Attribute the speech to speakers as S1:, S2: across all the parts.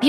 S1: 美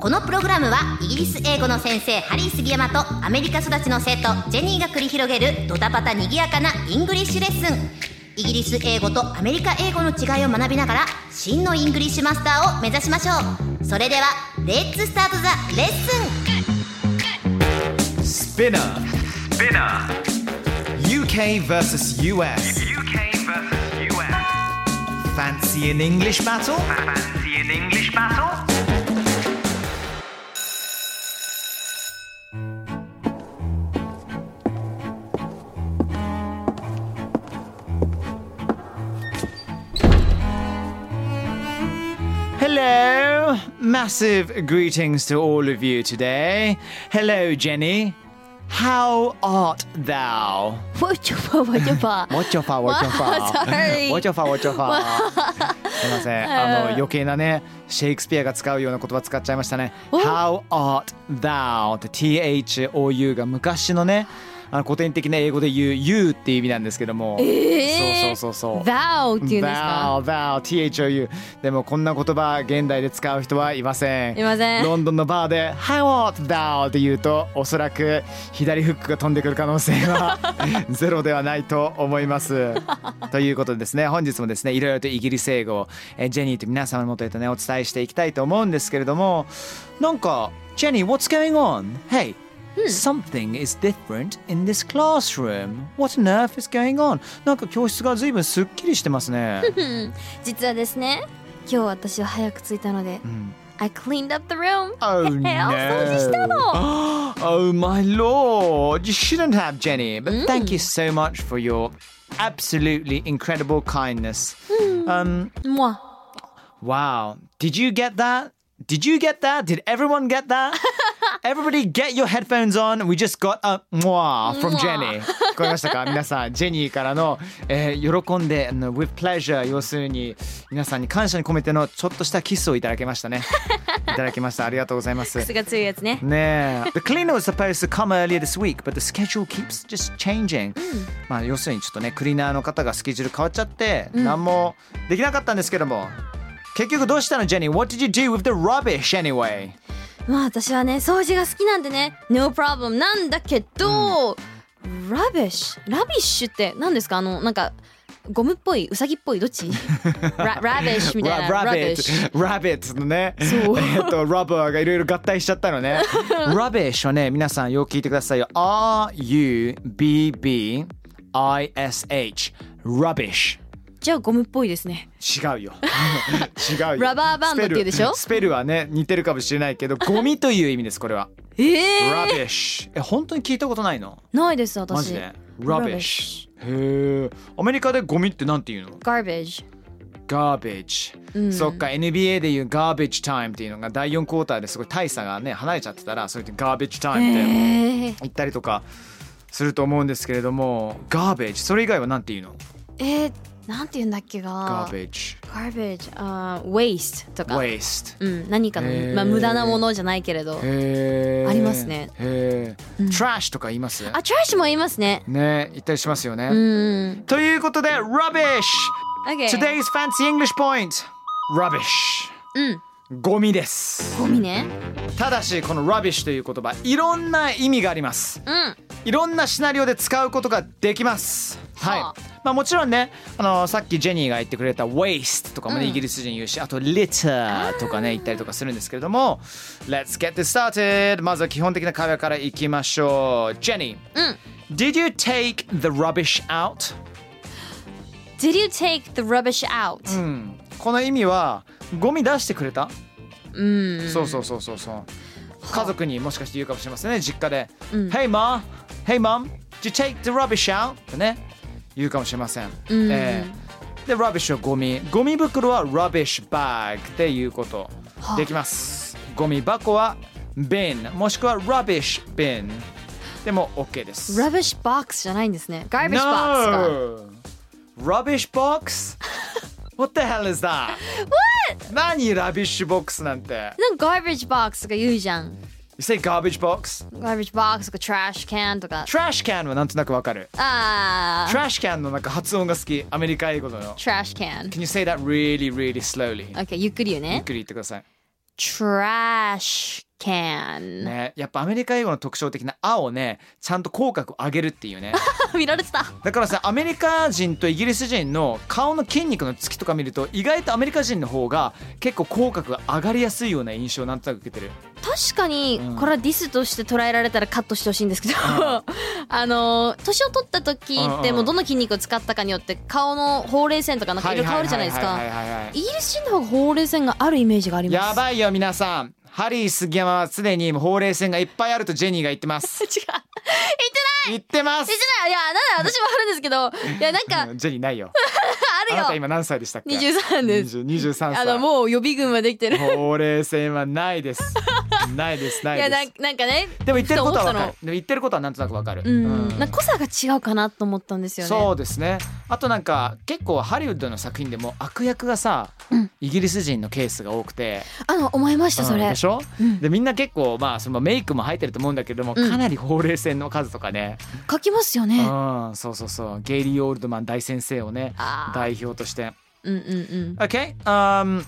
S2: このプログラムはイギリス英語の先生ハリー杉山とアメリカ育ちの生徒ジェニーが繰り広げるドタパタにぎやかなイングリッシュレッスンイギリス英語とアメリカ英語の違いを学びながら真のイングリッシュマスターを目指しましょうそれではレッツスタートザレッスン
S3: Spinner.
S4: Spinner.
S3: UK versus US.
S4: UK versus US.
S3: Fancy an English battle?
S4: Fancy an English battle?
S3: Hello. Massive greetings to all of you today. Hello, Jenny. How art thou?
S5: Wachopa, wachopa.
S3: もちょぱもちょぱ
S5: sorry.
S3: もちょぱもちょぱすいませ んあの余計なねシェイクスピアが使うような言葉使っちゃいましたね「How art thou」って THOU が昔のねあの古典的な英語で言う「You」っていう意味なんですけども、
S5: えー
S3: そうそうそうそう
S5: Vow っていうんですか
S3: Thou, thou, THOU でもこんな言葉現代で使う人はいません
S5: いません
S3: ロンドンのバーで「How art thou」って言うとおそらく左フックが飛んでくる可能性 はゼロではないと思います。ということでですね本日もですねいろいろとイギリス英語をえージェニーと皆様のもとへとねお伝えしていきたいと思うんですけれどもなんか「ジェニー what's going on? Hey!」Something is different in this classroom. What on earth is going on? なんか教室がずいぶんすっきりしてますね。
S5: 実はですね今日私は早く着いたので、I cleaned up the room
S3: Oh
S5: え
S3: no!
S5: お掃除したの
S3: Oh my lord! You shouldn't have, Jenny. But thank you so much for your absolutely incredible kindness. Um,
S5: もう
S3: wow. Did you get that? Did you get that? Did everyone get that? Everybody get your headphones on. We just got a mwah from Jenny. 聞こえましたか皆さん、ジェニーからの、えー喜んで、あの eh, with pleasure、要するに皆さんに感謝に込めてのちょっとしたキスをいただきましたね。いただきました。ありがとうございます。
S5: 癖が強いやつね
S3: ねえ。The cleaner was supposed to come earlier this week, but the schedule keeps just changing.、まあ要するにちょっとね、クリーナーの方がスケジュール変わっちゃって、何もできなかったんですけども。結局どうしたの、ジェニー ?What did you do with the rubbish anyway?
S5: まあ私はね掃除が好きなんでね No problem なんだけど、ラビッシュラビッシュって何ですかあのなんかゴムっぽいうさぎっぽいど っちララビッシュみたいなラビッシュ
S3: rabbit, rabbit のね、えっと、ラバーがいろいろ合体しちゃったのね。rubbish はね、皆さんよく聞いてくださいよ。R-U-B-B-I-S-H。rubbish。
S5: じゃあゴムっぽいですね
S3: 違う よ違うよ
S5: ラバーバンドっていうでしょ
S3: スペルスペルはね似てるかもしれないけどゴミという意味ですこれは
S5: ええ
S3: rubbish え本当に聞いたことないの
S5: ないです私
S3: マジで rubbish へえアメリカでゴミってなんて言うの
S5: Garbage
S3: garbage、そっか NBA でいう garbage time っていうのが第4クォーターですごい大差がね離れちゃってたらそれで garbage time って
S5: えー、
S3: 言ったりとかすると思うんですけれども garbage それ以外はなんて言うの
S5: えー、なんて言うんだっけが
S3: garbage
S5: Garbage あー Waste とか
S3: waste
S5: うん、何かの、
S3: へー
S5: まあ、無駄なものじゃないけれど
S3: へー
S5: ありますね。
S3: へえ、トラッシュとか言います。
S5: あトラッシュも言いますね
S3: ね、言ったりしますよね。
S5: うん
S3: ということで、rubbish。
S5: OK
S3: Today's fancy English point。rubbish。ゴミです。
S5: ゴミね
S3: ただし、この rubbish という言葉、いろんな意味があります。
S5: うん
S3: いろんなシナリオで使うことができます。はい。
S5: はあ
S3: まあもちろんね、あのさっきジェニーが言ってくれた waste とかもね、
S5: うん
S3: イギリス人言うし、あと litter とかね言ったりとかするんですけれども、Let's get this started。まずは基本的な会話からいきましょう。ジェニー、Did you take the rubbish out?
S5: Did you take the rubbish out?
S3: うん。この意味はゴミ出してくれた？
S5: うん、
S3: そうそうそうそうそう。家族にもしかして言うかもしれませんね、実家で。Hey ma, hey mom, did you take the rubbish out? ってね、言うかもしれません。ええで、rubbish はゴミ。ゴミ袋は rubbish bag っていうこと。できます。ゴミ箱は bin もしくは rubbish bin でも OK です。
S5: Rubbish box じゃないんですね。Garbage box か。
S3: No! Rubbish box? What the hell is that? What? 何ラビッシュボックスなんて
S5: なんか Garbage box とか言うじゃん。
S3: You say garbage box?
S5: Garbage box とか Trash can とか。
S3: Trash can はなんとなくわかる。
S5: ああ。
S3: Trash can のなんか発音が好き。アメリカ英語の。
S5: Trash can。
S3: Can you say that really, really slowly?
S5: OK、ゆっくり言う
S3: ゆっ
S5: ね。
S3: くり言ってください。
S5: Trash can。
S3: ね、やっぱアメリカ英語の特徴的な「あ」をねちゃんと口角を上げるって いうね
S5: 見られてた。
S3: だからさアメリカ人とイギリス人の顔の筋肉のつきとか見ると意外とアメリカ人の方が結構口角が上がりやすいような印象をなんとなく受けてる
S5: 確かに
S3: うん
S5: これはディスとして捉えられたらカットしてほしいんですけど、 あの年を取った時って
S3: うん
S5: もうどの筋肉を使ったかによって顔のほうれい線とかなんか色々変わるじゃないです
S3: は
S5: か
S3: ははいはいはい
S5: イギリス人の方がほうれい線があるイメージがあります
S3: やばいよ皆さんハリー杉山は常にほうれい線がいっぱいあるとジェニーが言ってます
S5: 違う言ってない
S3: 言ってます
S5: 言ってないいやなんだ私もあるんですけどいやなんか
S3: うんジェニーないよあな
S5: あ
S3: た
S5: るよ
S3: 今何歳でしたっけ
S5: 23です
S3: 20 23歳
S5: あのもう予備軍はできてる
S3: ほうれい線はないですないですないいで
S5: や
S3: す
S5: なんなんかね
S3: でも言ってることはわ
S5: ふと
S3: か
S5: 思っ
S3: る。でも言ってることはなんとなくわかる。
S5: たのうんなんか濃さが違うかなと思ったんですよね
S3: そうですね。あとなんか結構ハリウッドの作品でも悪役がさ、イギリス人のケースが多くて、
S5: あの思いましたそ
S3: うん
S5: れ
S3: でしょ？
S5: うん
S3: でみんな結構まあそのメイクも入ってると思うんだけれども、
S5: うん
S3: かなりほうれい線の数とかね。
S5: 書きますよ
S3: う
S5: ね
S3: ん、そうそうそう。ゲイリー・オールドマン大先生をね
S5: あー
S3: 代表として。
S5: うんうんうん
S3: OK、um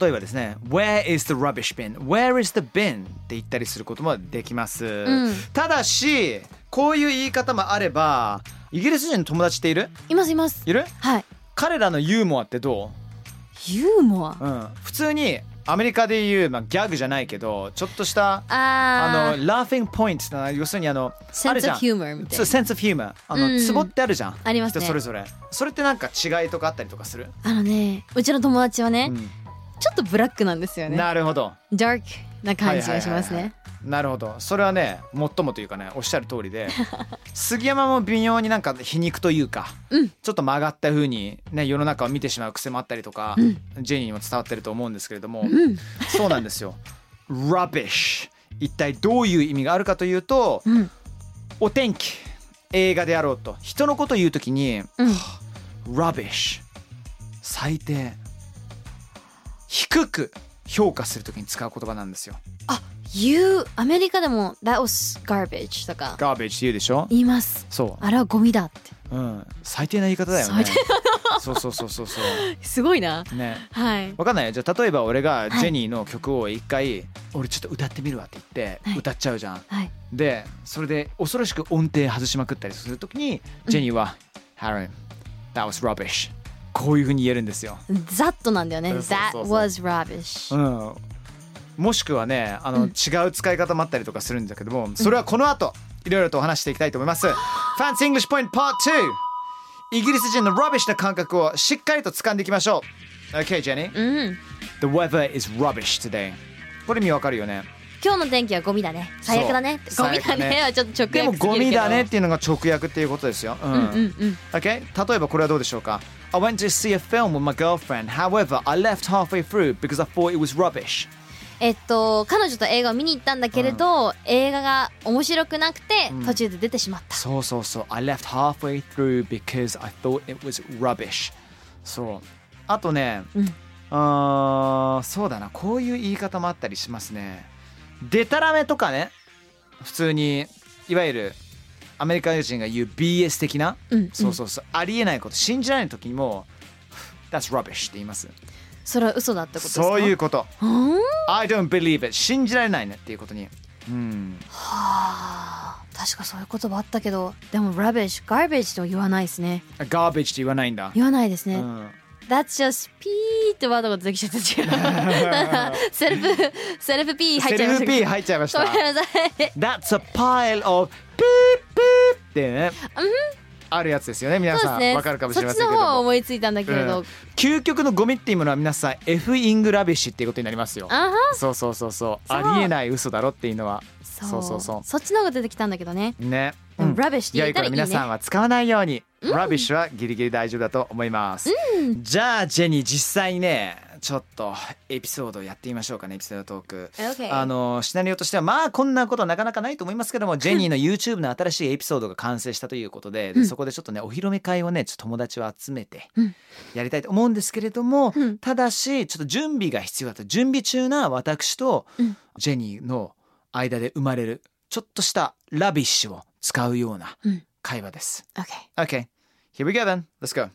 S3: 例えばですね「Where is the rubbish bin?」「Where is the bin?」って言ったりすることもできます、
S5: ん
S3: ただしこういう言い方もあればイギリス人の友達っている
S5: いますいます
S3: いる
S5: はい
S3: 彼らのユーモアってど
S5: ユーモア
S3: う、うん、普通にアメリカで言う、まあ、ギャグじゃないけどちょっとした
S5: あ
S3: あのラーフィングポイントってのは要するにあの
S5: セ
S3: あ
S5: ン
S3: るじ
S5: ス
S3: ゃん
S5: ヒューマーみたい
S3: そう
S5: な
S3: センスフィーマーあの、
S5: うん
S3: ツボってあるじゃん
S5: ありますね
S3: 人それぞれそれってなんか違いとかあったりとかする、
S5: あのねうちの友達はね、
S3: うん
S5: ちょっとブラックなんですよね
S3: なるほど
S5: ダークな感じがします
S3: はいはいはい
S5: ね
S3: なるほどそれはねもっともというかねおっしゃる通り で杉山も微妙になんか皮肉というか、
S5: うん
S3: ちょっと曲がった風にね世の中を見てしまう癖もあったりとか、ジェニーにも伝わってると思うんですけれども、
S5: うん
S3: そうなんですよ rubbish 一体どういう意味があるかというと、
S5: うん
S3: お天気映画であろうと人のこと言うときに
S5: うん
S3: rubbish 最低低く評価するときに使う言葉なんですよ
S5: あ You アメリカでも That was garbage とか
S3: garbage 言うでしょ
S5: 言います
S3: そ
S5: あれはゴミだっ
S3: う、うん、最低な言い方だよね
S5: 最低
S3: そうそうそうそうそう
S5: てすごいな
S3: ね
S5: はい
S3: わかんないよじゃあ例えば俺が
S5: はい
S3: ジェニーの曲を一回、俺ちょっと歌ってみるわって言って、
S5: はい
S3: 歌っちゃうじゃん
S5: はい
S3: でそれで恐ろしく音程外しまくったりするときにジェニーは「ハリー that was rubbish」こういうふうに言えるんですよ、
S5: ざっとなんだよね
S3: そうそう
S5: That
S3: そう
S5: was rubbish
S3: うん、もしくはねあの、違う使い方もあったりとかするんだけどもそれはこの後いろいろとお話していきたいと思います、Fancy English Point Part 2イギリス人の rubbish な感覚をしっかりと掴んでいきましょう OK ジェニー
S5: うん
S3: The weather is rubbish today これ意味わかるよね
S5: 今日の天気はゴミだね最悪だねって
S3: そう
S5: ゴミだ
S3: 最悪
S5: ね
S3: ね
S5: はちょっと直訳すぎ
S3: で
S5: る
S3: も
S5: けど
S3: ゴミだねっていうのが直訳っていうことですよ、うん
S5: うんうんうん
S3: Okay? 例えばこれはどうでしょうか I went to see a film with my girlfriend. However, I left halfway through because I thought it was rubbish.
S5: えっと彼女と映画を見に行ったんだけれど、映画が面白くなくて、
S3: うん
S5: 途中で出てしまった
S3: そうそうそう。I left halfway through because I thought it was rubbish. そう。あとね、
S5: うん
S3: あーそうだな。こういう言い方もあったりしますね。でたらめとかね、普通に、いわゆるアメリカ人が言う BS 的な、
S5: うん
S3: そうそうそう、ありえないこと、信じられない時にも、That's rubbish って言います。
S5: それは嘘だってことですか
S3: そういうこと。
S5: うんは
S3: I don't believe it 信じられないねっていうことに、うん、
S5: あ確かそういう言葉あったけどでも rubbish garbage とは言わないですね
S3: garbage って言わないんだ、
S5: 言わないです
S3: う
S5: ね、
S3: ん、
S5: That's just ピーってワードが出てきちゃった 違うセルフセルフピー入っ
S3: セ
S5: ちゃい
S3: ル
S5: ま
S3: フ
S5: した
S3: P 入っちゃいまし
S5: ご
S3: た
S5: めんなさい
S3: That's a pile of ピーピーってね、あるやつですよね皆
S5: そうで
S3: さ
S5: す
S3: ん、
S5: ね
S3: わかるかもしれません
S5: そっ
S3: けど
S5: ちの方は
S3: も
S5: 思いついたんだけれど、
S3: うん究極のゴミっていうものは皆さん F イングラビッシュっていうことになりますよ
S5: あは
S3: そうそうそうそう
S5: そう
S3: ありえない嘘だろっていうのは
S5: そう
S3: そうそうそう
S5: そっちの方が出てきたんだけどね、
S3: ね、
S5: でも rubbish って
S3: 良
S5: 言え
S3: い
S5: た
S3: からら
S5: いいね
S3: 皆さんは使わないように、ラビッシュはギリギリ大丈夫だと思います、じゃあジェニー実際にねちょっとエピソードやってみましょうかねエピソードトーク。
S5: Okay.
S3: あのシナリオとしてはまあこんなことはなかなかないと思いますけど もジェニーの YouTube の新しいエピソードが完成したということででそこでちょっとねお披露目会をねちょっと友達を集めて
S5: うん
S3: やりたいと思うんですけれども
S5: うん
S3: ただしちょっと準備が必要だと準備中な私と
S5: うん
S3: ジェニーの間で生まれるちょっとしたラビッシュを使うような
S5: うん
S3: 会話です。
S5: okay.
S3: Okay, here we go then. Let's go.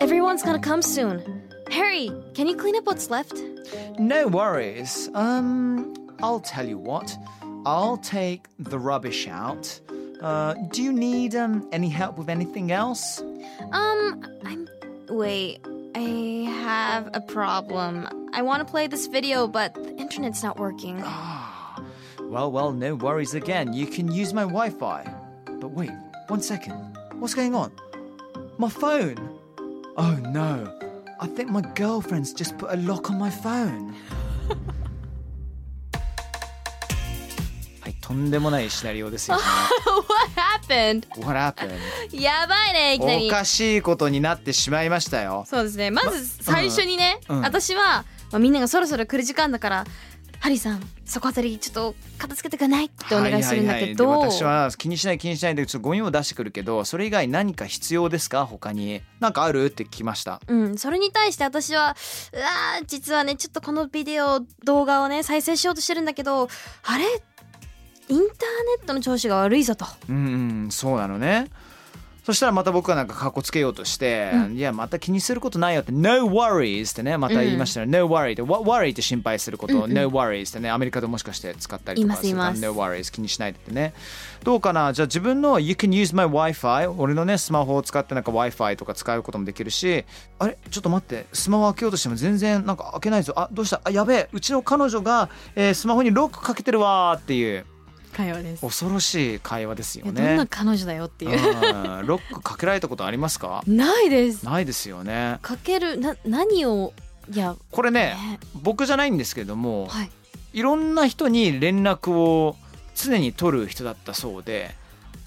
S5: Everyone's gonna come soon. Harry, can you clean up what's left?
S3: No worries. Um, I'll tell you what. I'll take the rubbish out. Uh, do you need um, any help with anything else?
S5: Um, I'm. Wait, I have a problem. I want to play this video, but the internet's not working.
S3: Ah, well, well, no worries again. You can use my Wi Fi. But wait, one second. What's going on? My phone! Oh no. I think my girlfriend's just put a lock on my phone. はい、とんでもないシナリオですよ、ね。
S5: what happened?
S3: What happened?
S5: やばいね、いきな
S3: お
S5: り。
S3: かしいことになってしまいましたよ。
S5: そうですね。まず最初にね、
S3: うん
S5: 私は、まあ、みんながそろそろ来る時間だから、ハリーさん、そこあたりちょっと片付けてくれないってお願いするんだけど。
S3: はいはいはいで私は気にしない気にしないでちょっとゴミを出してくるけど、それ以外何か必要ですか他に。なんかあるって聞きました。
S5: うん、それに対して私は、うわー実はね、ちょっとこのビデオ、動画をね、再生しようとしてるんだけど、あれインターネットの調子が悪いぞと。
S3: うん、うん、そうなのね。そしたらまた僕がなんかかっこつけようとして、いやまた気にすることないよって「No worries」ってねまた言いましたね「No worry」って「What worry」って心配することを「No worries」ってねアメリカでもしかして使ったりとか
S5: いますいます
S3: するから No worries」気にしないでってねどうかなじゃあ自分の「You can use my Wi-Fi」俺のねスマホを使ってなんか Wi-Fi とか使うこともできるしあれちょっと待ってスマホ開けようとしても全然なんか開けないぞあどうしたあやべえうちの彼女が、えースマホにロックかけてるわーっていう
S5: 会話です。
S3: 恐ろしい会話ですよ
S5: どん
S3: ね。
S5: な彼女だよっていう。
S3: うんロックかけられたことありますか
S5: ないです。
S3: ないですよね
S5: かける、な、何を、いや、
S3: これね
S5: ね
S3: 僕じゃないんですけれども
S5: はい。
S3: いろんな人に連絡を常に取る人だったそうで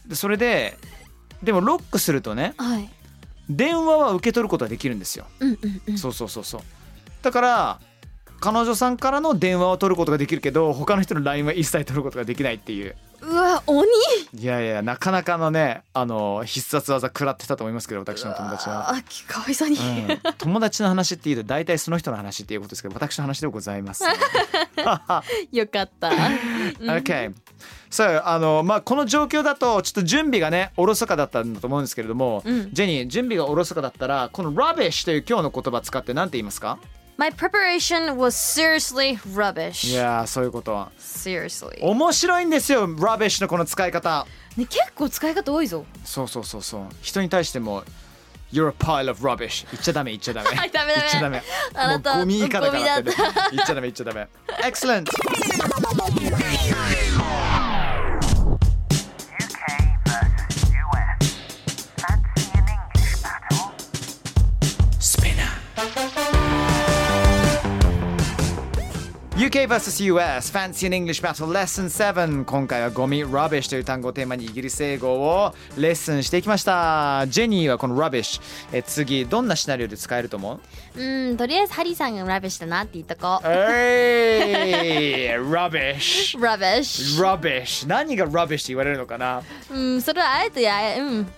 S3: でそれででもロックするとね
S5: はい。
S3: 電話は受け取ることはできるんですよ
S5: うんうんうん。
S3: そうそうそうそうだから彼女さんからの電話を取ることができるけど他の人の LINE は一切取ることができないっていう
S5: うわ、鬼
S3: いやいやなかなかのねあの必殺技食らってたと思いますけど私の友達は。
S5: あ、かわいそうに。
S3: うん友達の話っていうと大体その人の話っていうことですけど私の話ではございます。
S5: よかった。
S3: okay. So, あのまあこの状況だとちょっと準備がねおろそかだったんだと思うんですけれども、
S5: うん
S3: ジェニー準備がおろそかだったらこの rubbish という今日の言葉使って何て言いますか
S5: My preparation was seriously
S3: い
S5: rubbish.
S3: やーそういうこと。
S5: Seriously.
S3: 面白いんですよ rubbish のこの使い方。
S5: ね、結構使い方多いぞ。
S3: そうそうそうそう。人に対しても You're a pile of rubbish 言っちゃダメ言っちゃダメ。
S5: はいダメダメ
S3: 言っちゃダメ。
S5: あなた
S3: もうゴミ以下だからって、ね
S5: ゴミだっ、
S3: 言っちゃダメ言っちゃダメ。Excellent!
S4: UK versus US. Fancy an English battle?
S3: スピナー UK vs.US Fancy in English Battle Lesson 7今回はゴミ Rubbish という単語をテーマにイギリス英語をレッスンしていきましたジェニーはこの Rubbish え次どんなシナリオで使えると思う
S5: うん、とりあえずハリーさんがラビッシュだなって言っとこう。
S3: えい Rubbish
S5: ラビッシュ。
S3: Rubbish 何が Rubbish って言われるのかな
S5: うん、それはあえてや、うん。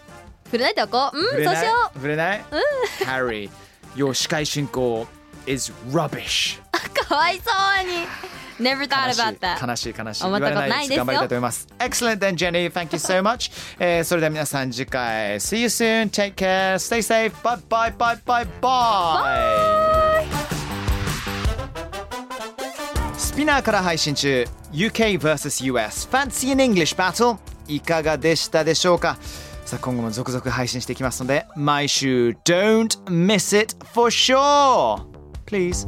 S5: 触れないでおこう。うん、
S3: 触れ
S5: そうしよ
S3: ない触れない Harry your 司会進行 is rubbish
S5: う。かわいそうに。Never thought
S3: 悲しい
S5: about that.
S3: 悲しい悲しい
S5: 思ったこと
S3: 言われ
S5: ないですよ
S3: 頑張りたいと思います Excellent then Jenny Thank you so much、え ー、それでは皆さん次回 See you soon Take care Stay safe Bye bye bye bye bye スピナーから配信中 UK vs.US Fancy in English Battle いかがでしたでしょうかさあ今後も続々配信していきますので毎週 Don't miss it for sure Please